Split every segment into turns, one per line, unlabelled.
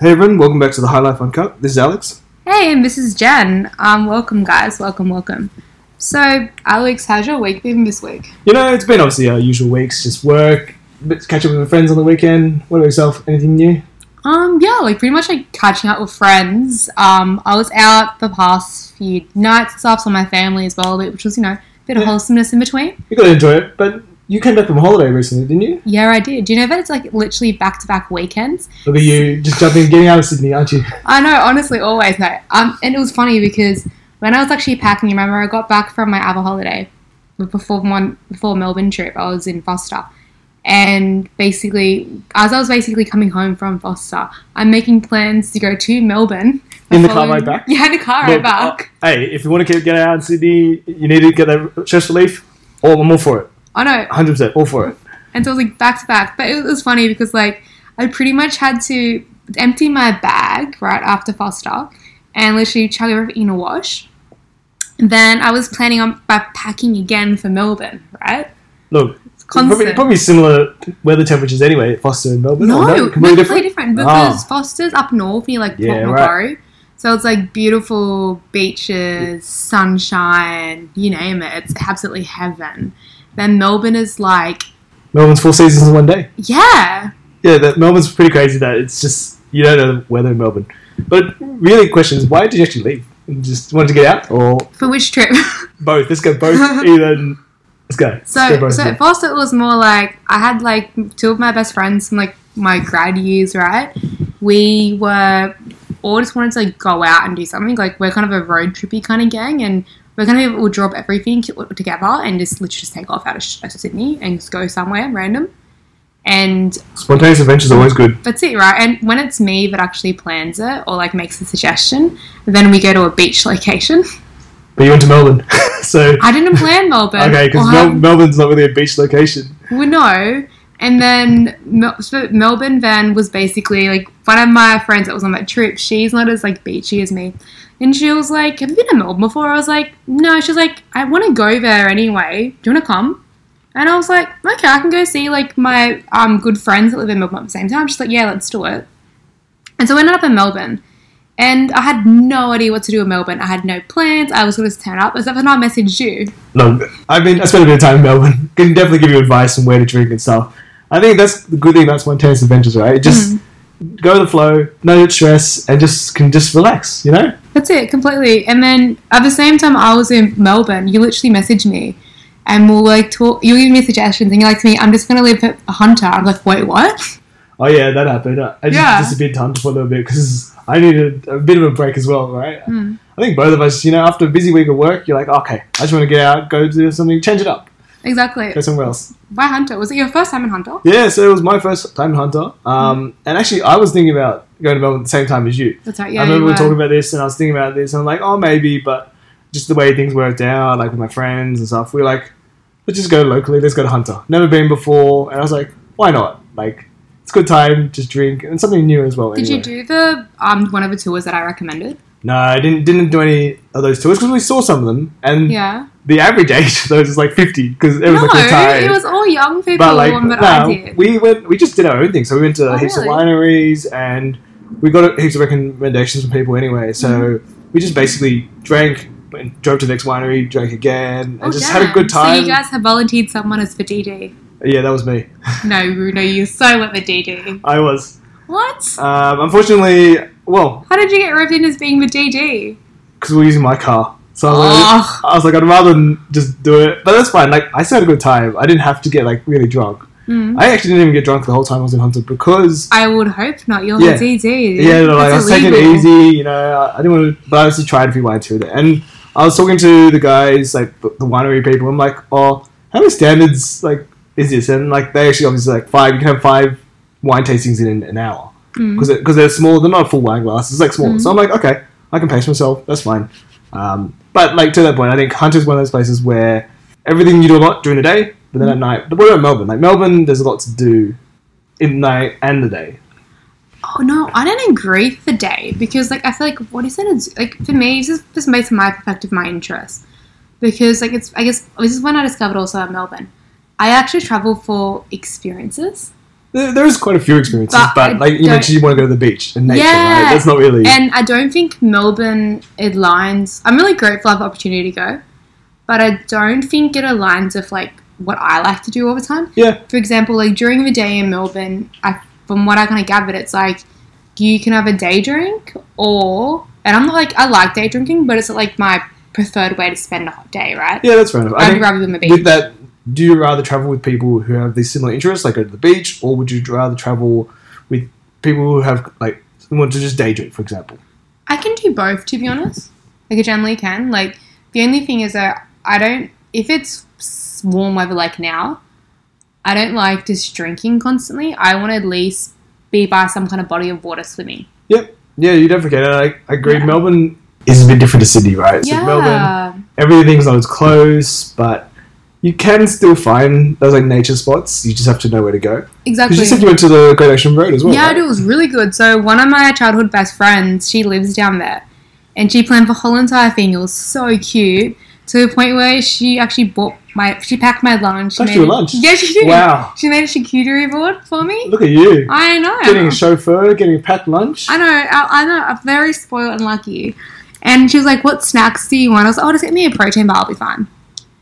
Hey everyone, welcome back to the High Life Uncut. This is Alex.
Hey, and this is Jen. Um, welcome, guys. Welcome, welcome. So, Alex, how's your week been this week?
You know, it's been obviously our usual weeks, just work, bit- catch up with my friends on the weekend. What about yourself? Anything new?
Um, yeah, like pretty much like catching up with friends. Um, I was out the past few nights and stuff, so my family as well, which was you know a bit of
Yeah.
wholesomeness in between.
You gotta enjoy it, but you came back from holiday recently, didn't you?
Yeah, I did. Do you know that it's like literally back to back weekends?
Look at you, just jumping, getting out of Sydney, aren't you?
I know, honestly, always no. Um, and it was funny because when I was actually packing, you remember I got back from my other holiday before one before Melbourne trip. I was in Foster, and basically, as I was basically coming home from Foster, I'm making plans to go to Melbourne
In the car
following-
ride back?
Yeah, in the car
Well, uh,
ride back.
Hey, if you want to get out of Sydney, you need to get that stress relief. All, I'm all for it.
I know,
100%, all for it.
and so it was like back to back. But it was funny because like I pretty much had to empty my bag right after Foster and literally chuck everything in a wash. Then I was planning on by packing again for Melbourne, right?
Look,
It's
probably,
constant.
probably similar weather temperatures anyway, Foster and Melbourne.
Oh, no,
or
no, completely different, Oh.
Ah.
because Foster's up north near like Port
Yeah, right.
Macquarie. So it's like beautiful beaches, sunshine, you name it. It's absolutely heaven. Then Melbourne is like,
Melbourne's four seasons in one day.
yeah,
yeah, that Melbourne's pretty crazy. That it's just you don't know the weather in Melbourne. But really, the question is why did you actually leave? You Just wanted to get out or
for which trip?
both? Let's go both. Either let's go. Let's go
So,
both.
so at first it was more like I had like two of my best friends from like my grad years, right? We were all just wanted to like go out and do something. Like we're kind of a road trippy kind of gang, and we're kind of we'll drop everything together and just literally just take off out of Sh- Sydney and just go somewhere random. And
Spontaneous adventure is always good.
that's it, right? And when it's me that actually plans it or like makes a suggestion, then we go to a beach location.
But you went to Melbourne, so
I didn't plan Melbourne.
okay, because
or
Mel-
have-
Melbourne's not really a beach location.
Well, no. And then Mel- so Melbourne van was basically like one of my friends that was on that trip. She's not as like beachy as me, and she was like, "Have you been to Melbourne before?" I was like, "No." She's like, "I want to go there anyway. Do you want to come?" And I was like, "Okay, I can go see like my um good friends that live in Melbourne at the same time." She's like, "Yeah, let's do it." And so we ended up in Melbourne. And I had no idea what to do in Melbourne. I had no plans. I was going to turn up, except for I messaged you.
No, I've been I spent a bit of time in Melbourne. Can definitely give you advice on where to drink and stuff. I think that's the good thing about spontaneous adventures, right? It Just
Mm-hmm.
go with the flow, no stress, and just can just relax. You know,
That's it, completely. And then at the same time, I was in Melbourne. You literally messaged me, and we'll like talk. You give me suggestions, and you're like to me, "I'm just gonna live at Hunter." I'm like, "Wait, what?"
Oh yeah, that happened. I I just
Yeah.
disappeared to Hunter for a little bit because I needed a bit of a break as well, right?
Mm.
I think both of us, you know, after a busy week of work, you're like, okay, I just want to get out, go do something, change it up,
Exactly.
go somewhere else.
Why Hunter? Was it your first time in Hunter?
Yeah, so it was my first time in Hunter,
Hmm.
um, and actually, I was thinking about going to Melbourne at the same time as you.
That's right. Yeah,
I remember
you
we were
were.
talking about this, and I was thinking about this, and I'm like, oh, maybe, but just the way things worked out, like with my friends and stuff, we were like, let's just go locally, let's go to Hunter. Never been before, and I was like, why not? Like, it's a good time, just drink, and something new as well.
Did
anyway.
you do the um one of the tours that I recommended?
No, I didn't didn't do any of those tours because we saw some of them, and
Yeah.
the average age of those is like fifty because Mm. it was
no,
like retired.
it was all young people.
but like,
one that
nah,
I did.
we went, we just did our own thing. So we went to
Oh,
heaps of
really?
wineries, and we got heaps of recommendations from people anyway. So
Mm-hmm.
we just basically drank, went, drove to the next winery, drank again, and
Oh,
just
damn.
had a good time.
So you guys have volunteered someone as for DD?
yeah, that was me.
No, Bruno, you so went the DD.
I was.
What?
Um, unfortunately, well,
How did you get roped in as being the DD?
because we were using my car. So I was, like,
Oh.
I was like, I'd rather than just do it, but that's fine. Like, I still had a good time. I didn't have to get like really drunk.
Mm.
I actually didn't even get drunk the whole time I was in Hunter because
I would hope not. You're
Yeah.
a DD.
yeah, no, like, I
That's
was taking it
illegal.
easy. You know, I, I didn't want to, but I obviously tried if you wanted to. And I was talking to the guys, like the, the winery people. I'm like, oh, how many standards like is this? And like they actually obviously like five. You can have five wine tastings in an hour
Mm.
because they're small. They're not a full wine glass. It's like small. So I'm like, okay, I can pace myself. That's fine. Um, but like to that point, I think Hunter's one of those places where everything you do a lot during the day, but
Mm.
then at night. But what about Melbourne? Like Melbourne, there's a lot to do in the night and the day.
Oh no, I don't agree for the day because like I feel like what is it? It's, like for me, this is just based on my perspective, my interest. Because like it's I guess this is when I discovered also at Melbourne. I actually travel for experiences.
There there is quite a few experiences,
But
but,
I
like you
don't-
mentioned, you want to go to the beach and nature,
Yeah.
right? That's not really.
And I don't think Melbourne aligns. I'm really grateful I have the opportunity to go, but I don't think it aligns with like what I like to do all the time.
Yeah.
For example, like during the day in Melbourne, I, from what I kind of gathered, it's like you can have a day drink or, and I'm not like I like day drinking, but it's not like my preferred way to spend a hot day, right?
yeah, that's fair enough. I
I'd
think
rather than the beach.
with that, do you rather travel with people who have these similar interests, like go to the beach, or would you rather travel with people who have like want to just day drink, for example?
I can do both, to be honest. Like, I generally can. Like, the only thing is that I don't, if it's s- warm weather like now, I don't like just drinking constantly. I want to at least be by some kind of body of water swimming.
Yep. Yeah, you don't forget it. I, I agree.
Yeah.
Melbourne is a bit different to Sydney, right? So Melbourne,
yeah.
everything's not as close, but you can still find those like nature spots. You just have to know where to go.
Exactly.
Because you said you went to the Great Ocean Road as well.
Yeah, I
right?
do. It was really good. So one of my childhood best friends, she lives down there, and she planned the whole entire thing. It was so cute to the point where she actually bought my, she packed my lunch. She
Packed
made
your
a-
lunch?
Yeah, she did.
Wow.
She made a charcuterie board for me.
Look at you.
I know.
Getting a chauffeur, getting a packed lunch.
I know. I, I know. I'm very spoiled and lucky. And she was like, "What snacks do you want?" I was like, "Oh, just get me a protein bar. I'll be fine."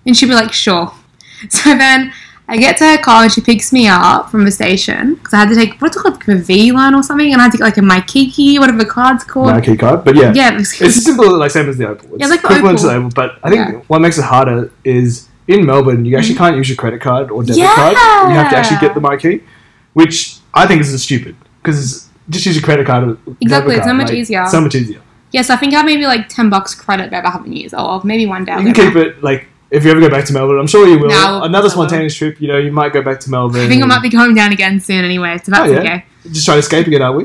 And she'd be like, "Sure." So then I get to her car and she picks me up from the station because I had to take what's it called, the V line or something, and I had to get like a Maikiki, whatever the card's called.
No key card, but yeah.
Yeah, because
It's simple, like same as the Opal. It's
Yeah, like the
equivalent to
Opal.
the Opal, but I think
Yeah. Mm.
what makes it harder is in Melbourne you actually can't use your credit card or debit
Yeah.
card. You have to actually get the marquee, which I think is stupid because just use your credit card. Or debit
Exactly, it's
card,
so much
like,
easier.
So much easier.
yes, I think I have maybe like ten bucks credit that I haven't used, or maybe one day. I'll
you
get
can keep
one.
it like if you ever go back to Melbourne. I'm sure you will.
No,
Another
I will.
spontaneous trip, you know, you might go back to Melbourne.
I think I
and
might be going down again soon anyway, so that's
Oh, yeah.
okay.
just try escaping it, are we?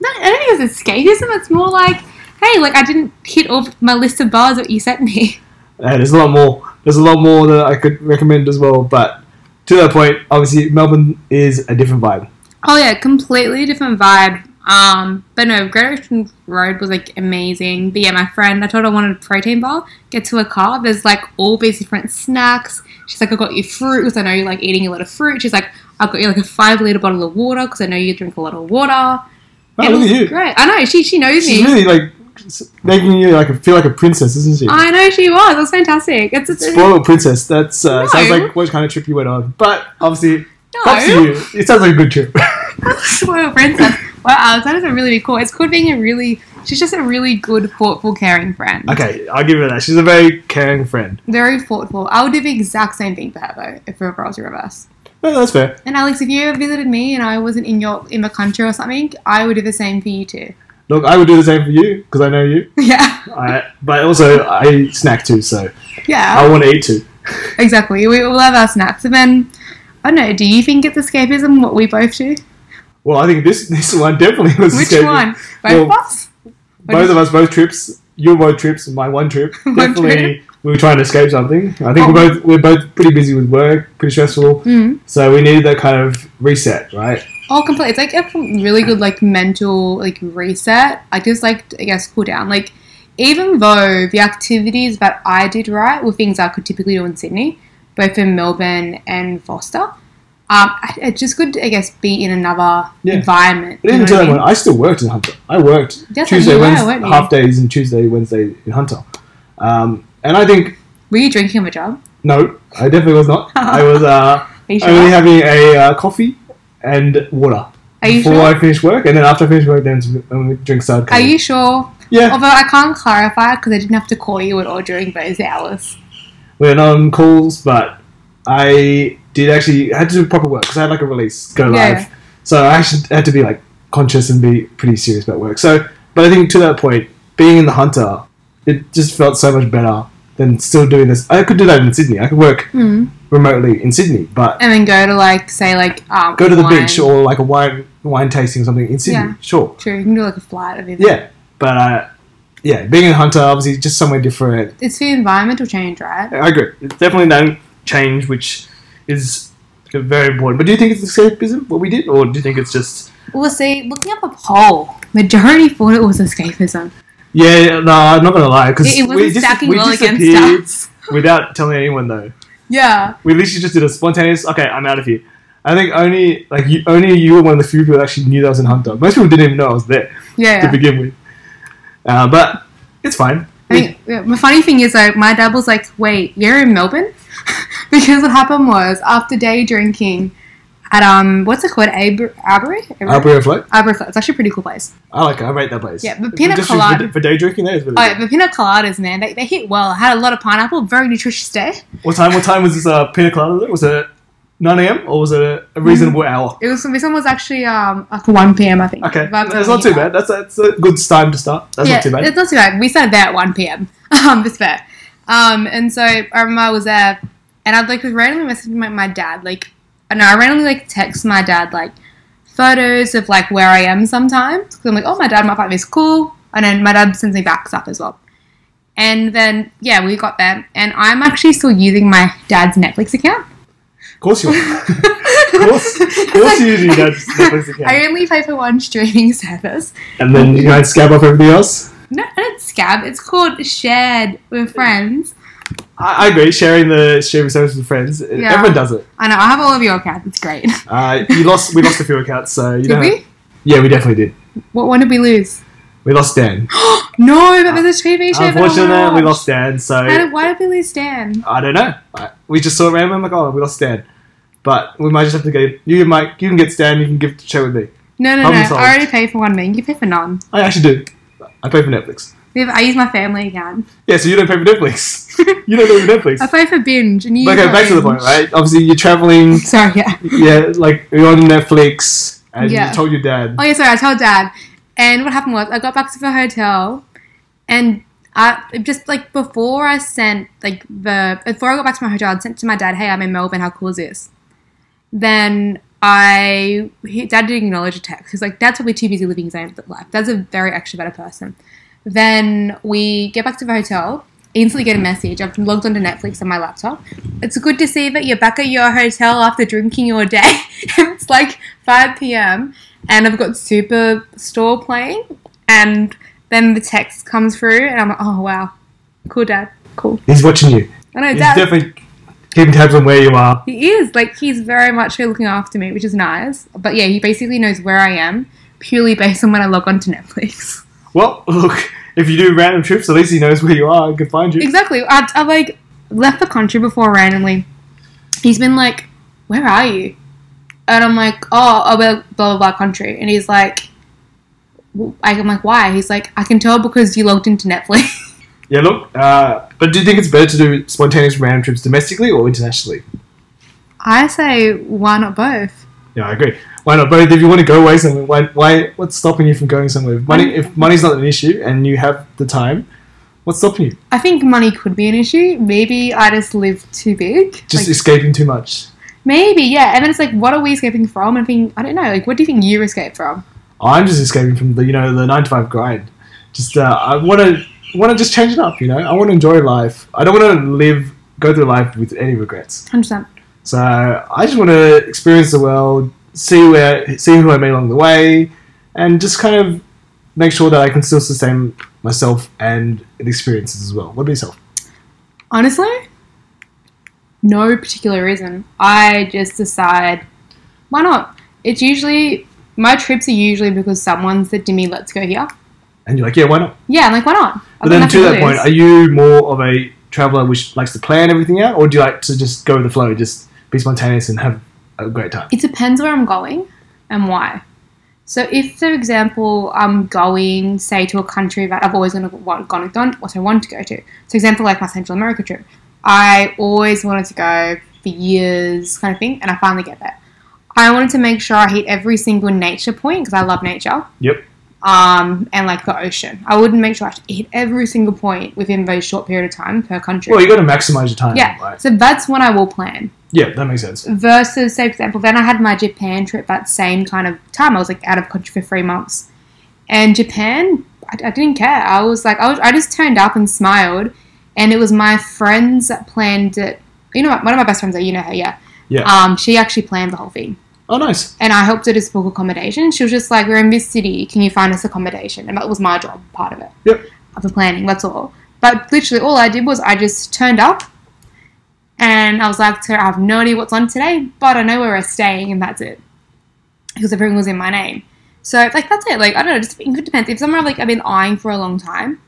No, I don't think it's escapism. It's more like, hey, like I didn't hit all my list of bars that you sent me.
Uh, there's a lot more. There's a lot more that I could recommend as well. But to that point, obviously Melbourne is a different vibe.
Oh yeah, completely different vibe. Um, but no, Great Ocean Road was like amazing. But yeah, my friend, I told her I wanted a protein bar. Get to a car. There's like all these different snacks. She's like, I got you fruit because I know you like eating a lot of fruit. She's like, I got you like a five liter bottle of water because I know you drink a lot of water.
Oh,
it
look
was
at you.
great. I know she she knows
She's
me.
really like s- making you like feel like a princess, isn't she?
I know she was. It was fantastic. It's it's,
Spoiled princess. That's uh,
No.
sounds like what kind of trip you went on. But obviously,
no.
props to you. It sounds like a good trip.
Spoiled princess. Wow, that is a really big call. It's called being a really. She's just a really good, thoughtful, caring friend.
okay, I'll give her that. She's a very caring friend.
Very thoughtful. I would do the exact same thing for her though, if it was reverse.
No, that's fair.
And Alex, if you ever visited me and I wasn't in your in the country or something, I would do the same for you too.
Look, I would do the same for you because I know you.
Yeah,
I, but also, I snack too, so I
yeah,
want to eat too.
exactly. We all have our snacks. And then, I don't know. Do you think it's escapism? What we both do?
Well, I think this this one definitely was
Which
escaping.
one? Both
Well,
of us. Or
Both
just-
of us, both trips. Your both trips, and my one trip.
One
definitely, we were trying to escape something. I think we're
Oh.
both we're both pretty busy with work, pretty stressful.
Mm.
So we needed that kind of reset, right?
Oh, completely. It's like a really good like mental like reset. I just like I guess cool down. Like even though the activities that I did right were things I could typically do in Sydney, both in Melbourne and Foster, um, I, I just could I guess be in another
Yeah.
environment.
But
you
even
know
to
what I
that
mean?
point, I still worked in Hunter. I worked
That's
Tuesday,
what you were,
Wednesday,
weren't you?
half days, and Tuesday, Wednesday in Hunter. Um, and I think
Were you drinking on the job?
no, I definitely was not. I was uh,
Are you sure?
only having a uh, coffee and water
Are you
before
sure?
I finished work, and then after I finished work, then um, drinks started
Are
coming.
you sure?
yeah,
Although I can't clarify because I didn't have to call you at all during those hours.
we're not on calls, but I did actually I had to do proper work because I had like a release go
Yeah.
live, so I actually had to be like conscious and be pretty serious about work. So, but I think to that point, being in the hunter, it just felt so much better than still doing this. I could do that in Sydney. I could work
Mm.
remotely in Sydney, but
And then go to like say like um,
go to the
wine-
beach or like a wine wine tasting or something in Sydney,
Yeah.
sure,
True, you can do like a flight of it.
yeah. But uh, yeah, being in the hunter obviously just somewhere different.
It's for environmental change, right?
I agree. It's definitely that change, which is very important. But do you think it's escapism, what we did, or do you think it's just?
Well, see, looking up a poll, majority thought it was escapism.
Yeah, yeah, no, I'm not gonna lie, because
It, it wasn't
we, dis-
stacking
we
well against
disappeared
us.
without telling anyone though.
Yeah.
We literally just did a spontaneous. Okay, I'm out of here. I think only like you, only you were one of the few people that actually knew that I was in Hunter. Most people didn't even know I was there
Yeah.
to begin with. Uh, but it's fine.
I think yeah, the funny thing is, like, my dad was like, "Wait, you're in Melbourne?" because what happened was after day drinking at um, what's it called, Aber- Arbury?
Arboreal Float.
Arbury. It's actually a pretty cool place.
I like it. I rate that place.
Yeah, but
Just
pina
for-
colada-
for, day drinking. That is really
Oh,
good.
yeah, the pina coladas, man, they, they hit well. I had a lot of pineapple, very nutritious day.
What time? What time was this uh, pina colada? Was it nine a.m. or was it a, a reasonable hour?
It was this one was actually um like one p.m. I think.
Okay,
Mm. If I'm
that's not too
thinking
bad. That's that's a good time to start. That's not too bad.
It's not too bad. We started there at 1 p.m. Um, this fair. Um, and so I remember I was there, and I'd like randomly messaged my, my dad. Like, uh, no, I randomly like text my dad like photos of like where I am sometimes because I'm like, oh, my dad might find this cool, and then my dad sends me back stuff as well. And then yeah, we got there, and I'm actually still using my dad's Netflix account.
Of course you are. of course, of course you do that. just Netflix account.
I only pay for one streaming service.
And then you guys scab off everything else.
No, I don't scab. It's called shared with friends.
I, I agree. Sharing the sharing service with friends.
Yeah.
Everyone does it.
I know. I have all of your accounts. It's great.
Uh, you lost. We lost a few accounts. So you
Did
don't
we?
Yeah, we definitely did.
What one did we lose?
We lost Dan.
no, that was a TV show. that I
Unfortunately, we
watched.
lost Dan. So
How did, why did we lose Dan?
I don't know. I, we just saw it randomly. I'm like, oh, we lost Dan. But we might just have to get you. Might you can get Stan. You can give share with me.
No, no,
Problem
no.
solved.
I already paid for one thing. You pay for none.
I actually do. I pay for Netflix.
We have- I use my family account.
Yeah, so you don't pay for Netflix. you don't pay for Netflix.
I pay for binge, and you.
But
use
okay,
my
back to the
Binge.
point, right? Obviously, you're traveling.
Sorry, yeah.
Yeah, like you're on Netflix, and
Yeah.
you told your dad.
Oh yeah, sorry. I told Dad, and what happened was I got back to the hotel, and I just like before I sent like the before I got back to my hotel, I sent to my dad, "Hey, I'm in Melbourne. How cool is this?" Then I he, Dad didn't acknowledge a text. He's like, "Dad's probably too busy living his own life. Dad's a very extroverted person." Then we get back to the hotel. Instantly get a message. I've logged onto Netflix on my laptop. It's good to see that you're back at your hotel after drinking your day. it's like 5 p.m. and I've got Superstore playing. And then the text comes through, and I'm like, oh wow, cool, Dad, cool.
He's watching you.
I know
He's
Dad.
definitely keeping tabs on where you are.
He is like he's very much here looking after me, which is nice. But yeah, he basically knows where I am purely based on when I log on to Netflix.
Well, look, if you do random trips, at least he knows where you are and can find you.
Exactly. I've, I've like left the country before randomly. He's been like, "Where are you?" And I'm like, "Oh, oh, well, blah blah blah country." And he's like, w- "I'm like, why?" He's like, "I can tell because you logged into Netflix."
Yeah, look. Uh, but do you think it's better to do spontaneous random trips domestically or internationally?
I say, "Why not both?"
Yeah, I agree. Why not? But if you want to go away somewhere, why, why? What's stopping you from going somewhere? Money, if money's not an issue and you have the time, what's stopping you?
I think money could be an issue. Maybe I just live too big.
Just
Like,
escaping too much.
maybe, yeah. And then it's like, what are we escaping from? And I think I don't know. Like, what do you think you escape from?
I'm just escaping from the you know the nine to five grind. Just uh, I want to want to just change it up. You know, I want to enjoy life. I don't want to live go through life with any regrets.
Hundred percent.
So I just want to experience the world, see where see who I meet along the way, and just kind of make sure that I can still sustain myself and the experiences as well. What about yourself?
Honestly, no particular reason. I just decide, why not? It's usually, my trips are usually because someone said to me, let's go here.
And you're like, yeah, why not?
Yeah, I'm like, why not? I've
But
got
then
nothing
to that
lose.
point, are you more of a traveler which likes to plan everything out, or do you like to just go with the flow, just be spontaneous and have a great time?
it depends where I'm going and why. So if, for example, I'm going, say, to a country that I've always gonna- wa- gone gone also wanted to go to. So, example, like my Central America trip, I always wanted to go for years, kind of thing, and I finally get there. I wanted to make sure I hit every single nature point because I love nature.
Yep.
Um, and like the ocean, I wouldn't make sure I hit every single point within a very short period of time per country.
Well, you got to maximize your time.
yeah.
right?
So that's when I will plan
Yeah, that makes sense.
versus say for example then i had my japan trip that same kind of time i was like out of country for three months and japan i, I didn't care i was like I, was, I just turned up and smiled and it was my friends that planned it you know one of my best friends you know her yeah
Yeah.
um she actually planned the whole thing
Oh, nice.
and I helped her to book accommodation. She was just like, "We're in this city. Can you find us accommodation?" And that was my job, part of it.
Yep.
Of the planning. That's all. But literally, all I did was I just turned up, And I was like to her, I have no idea what's on today, but I know where we're staying, and that's it. Because everything was in my name. So, like, that's it. Like, I don't know, just it depends. If somewhere, like, I've been eyeing for a long time,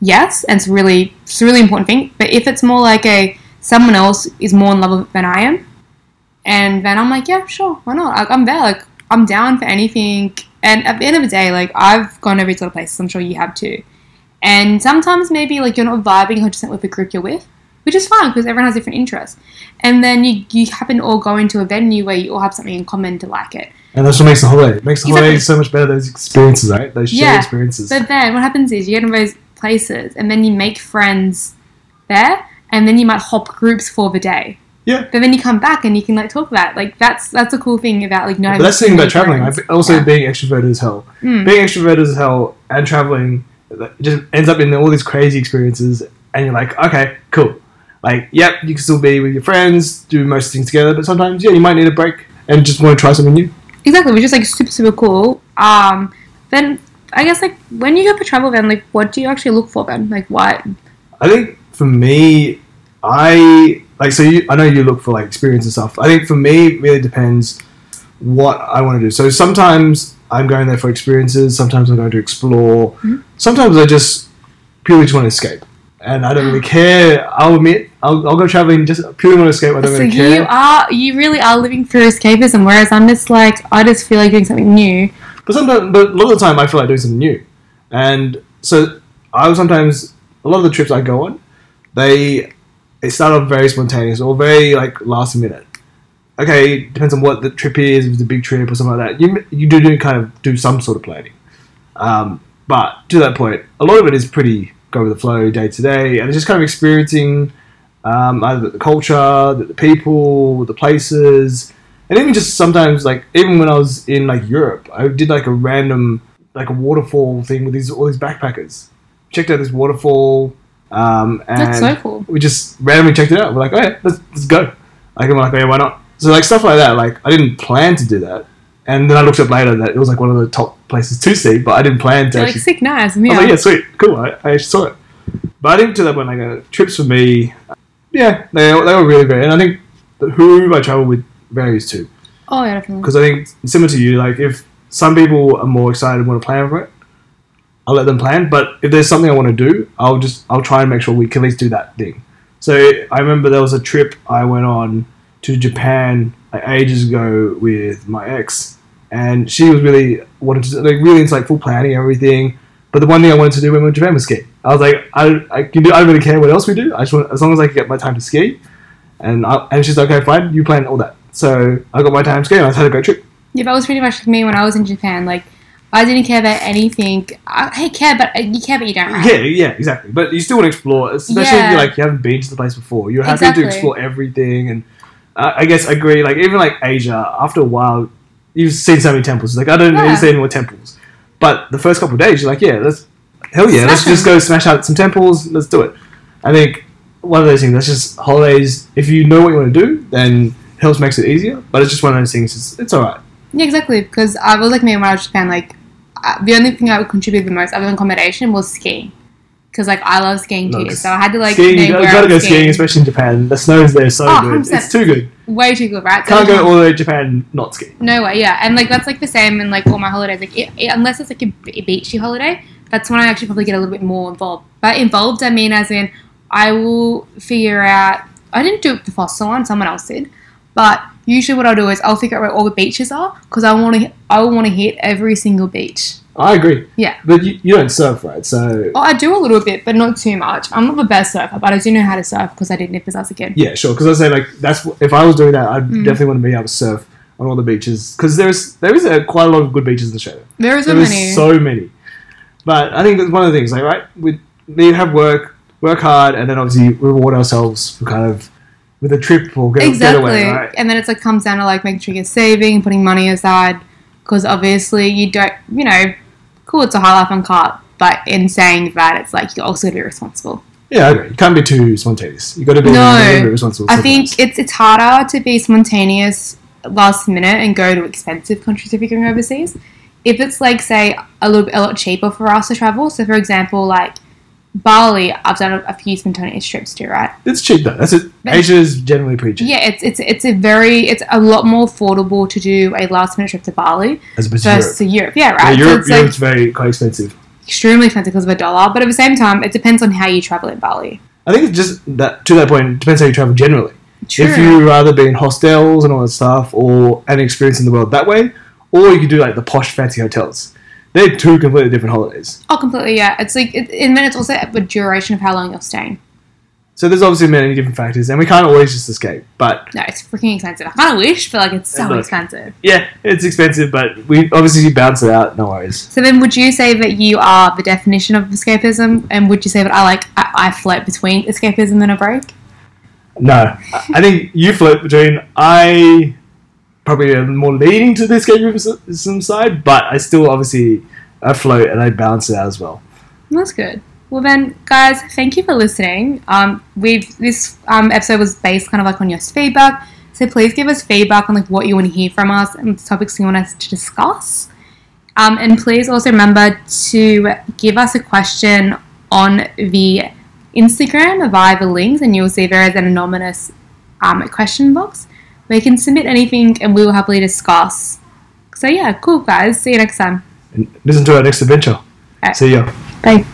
yes, and it's really, it's a really important thing. But if it's more like a, someone else is more in love with it than I am, and then I'm like, yeah, sure, why not? Like, I'm there. Like, I'm down for anything. And at the end of the day, like, I've gone every sort of place, I'm sure you have too. And sometimes maybe, like, you're not vibing 100% with the group you're with which is fine because everyone has different interests. And then you, you happen to all go into a venue where you all have something in common to like it.
And that's what makes the holiday. It makes the
Exactly.
holiday so much better, those experiences, right? Those shared
Yeah,
experiences.
But then what happens is you get in those places and then you make friends there and then you might hop groups for the day.
Yeah.
But then you come back and you can like talk about it. like that's that's a cool thing about like no.
But that's the thing about traveling. I
friends.
think also
Yeah.
being extroverted as hell.
Mm.
Being extroverted as hell and traveling it just ends up in all these crazy experiences, and you're like, okay, cool. Like, yep, you can still be with your friends, do most things together, but sometimes, yeah, you might need a break and just want to try something new.
exactly which is like super super cool um then I guess like when you go for travel then like what do you actually look for then like what
I think for me, I like so. You, I know you look for like experience and stuff. I think for me, it really depends what I want to do. So sometimes I'm going there for experiences. Sometimes I'm going to explore.
Mhm.
Sometimes I just purely just want to escape, and I don't
Ah.
really care. I'll admit, I'll, I'll go traveling just purely want to escape. I don't
So
really care.
you are you really are living through escapism, whereas I'm just like I just feel like doing something new.
But sometimes, but a lot of the time, I feel like doing something new, and so I will sometimes a lot of the trips I go on, they they start off very spontaneous or very like last minute. Okay, depends on what the trip is. If it's a big trip or something like that, you you do, do kind of do some sort of planning. Um, but to that point, a lot of it is pretty go with the flow, day to day, and it's just kind of experiencing um, either the culture, the, the people, the places, and even just sometimes like even when I was in like Europe, I did like a random like a waterfall thing with these all these backpackers. Checked out this waterfall, um, and
That's so cool.
we just randomly checked it out. We're like, oh yeah, let's, let's go. Like, I'm like, oh yeah, why not? So like stuff like that. Like, I didn't plan to do that, and then I looked up later that it was like one of the top places to see, but I didn't plan to
You're like
actually
sick, nice.
I
Yeah.
was like, yeah, sweet, cool. I, I actually saw it. But I didn't do that when I go trips for me. Yeah, they they were really great, and I think that who I travel with varies too.
Oh yeah, definitely.
Because I think similar to you, like if some people are more excited and want to plan for it, I'll let them plan. But if there's something I want to do, I'll just I'll try and make sure we can at least do that thing. So I remember there was a trip I went on to Japan like, ages ago with my ex, and she was really wanted to like really into like full planning and everything. But the one thing I wanted to do when we went to Japan was ski. I was like, I, I can do. I don't really care what else we do. I just want as long as I can get my time to ski. And I, and she's like, okay, fine, you plan all that. So I got my time skiing. I just had a great trip.
Yeah, that was pretty much like me when I was in Japan. Like I didn't care about anything. I, I care, but uh, you care, but you don't. Right?
Yeah, yeah, exactly. But you still want to explore, especially if
Yeah.
you like you haven't been to the place before. You're happy
Exactly.
to explore everything, and uh, I guess I agree. Like even like Asia, after a while, you've seen so many temples. Like I don't
Yeah.
need to see any more temples. But the first couple of days, you're like, yeah, let's hell yeah, let's
Smash 'em.
just go smash out some temples. Let's do it. I think one of those things. That's just holidays. If you know what you want to do, then it helps makes it easier. But it's just one of those things. It's, it's all right.
Yeah, exactly. Because I was like me when I was in Japan. Like uh, the only thing I would contribute the most, other than accommodation, was skiing. Because like I love skiing too,
No, 'cause
so I had to like
skiing,
know
you gotta,
where I
gotta
was
go skiing. especially in Japan. The snow is there so
Oh,
good.
100%.
It's too good.
Way too good, right? So
Can't
every
go all the way to Japan and not ski.
No way, yeah, and like that's like the same in like all my holidays. Like it, it- unless it's like a, b- a beachy holiday, that's when I actually probably get a little bit more involved. But involved, I mean, as in I will figure out. I didn't do it the first one; someone else did. But usually, what I'll do is I'll figure out where all the beaches are because I want to. I want to hit every single beach.
I agree.
Yeah.
But you, you don't surf, right? So,
Oh, I do a little bit, but not too much. I'm not the best surfer, but I do know how to surf because I did nippers as a kid.
yeah, sure. Because I say, like, that's wh- if I was doing that, I'd
Mm.
definitely want to be able to surf on all the beaches. Because there's, there is a, quite a lot of good beaches in Australia.
There is so
There is
many.
so many. But I think that's one of the things, like, right? We, we have work, work hard, and then obviously reward ourselves for kind of with a trip or get,
Exactly.
getaway, right?
And then it's like comes down to like making sure you're saving and putting money aside because obviously you don't, you know, cool, it's a high life on cart, but in saying that, it's like you also gotta be responsible.
Yeah, I agree. You can't be too spontaneous. You've got to be
No.
a little bit responsible.
I think
sometimes.
it's it's harder to be spontaneous last minute and go to expensive countries if you're going overseas. If it's like say a little bit a lot cheaper for us to travel, so for example, like Bali, I've done a, a few spontaneous trips too, right?
It's cheap though. That's it.
But-
Asia is generally pretty cheap.
Yeah, it's it's it's a very it's a lot more affordable to do a last minute trip to Bali
As opposed to Europe.
versus to Europe. Yeah,
Yeah,
right. so
Europe,
it's like
Europe's very quite expensive.
extremely expensive because of a dollar, but at the same time, it depends on how you travel in Bali.
I think it's just that to that point it depends how you travel generally.
True.
If you rather be in hostels and all that stuff, or an experience in the world that way, or you could do like the posh fancy hotels. They're two completely different holidays.
oh, completely. Yeah, it's like it, and then it's also the duration of how long you're staying.
So there's obviously many different factors, and we can't always just escape. But
No, it's freaking expensive. I kind of wish, but like it's so
Look.
expensive.
yeah, it's expensive, but we obviously bounce it out. No worries.
So then, would you say that you are the definition of escapism, and would you say that I like I, I float between escapism and a break?
No, I I think you float between. I probably am more leaning to the escapism side, but I still obviously I float and I balance it out as well.
That's good. Well then, guys, thank you for listening. Um, we've this um, episode was based kind of like on your feedback, so please give us feedback on like what you want to hear from us and topics you want us to discuss. Um, and please also remember to give us a question on the Instagram via the links, and you'll see there is an anonymous um, question box where you can submit anything, and we will happily discuss. So yeah, cool guys. See you next time.
and listen to our next adventure.
Uh,
See ya.
Bye.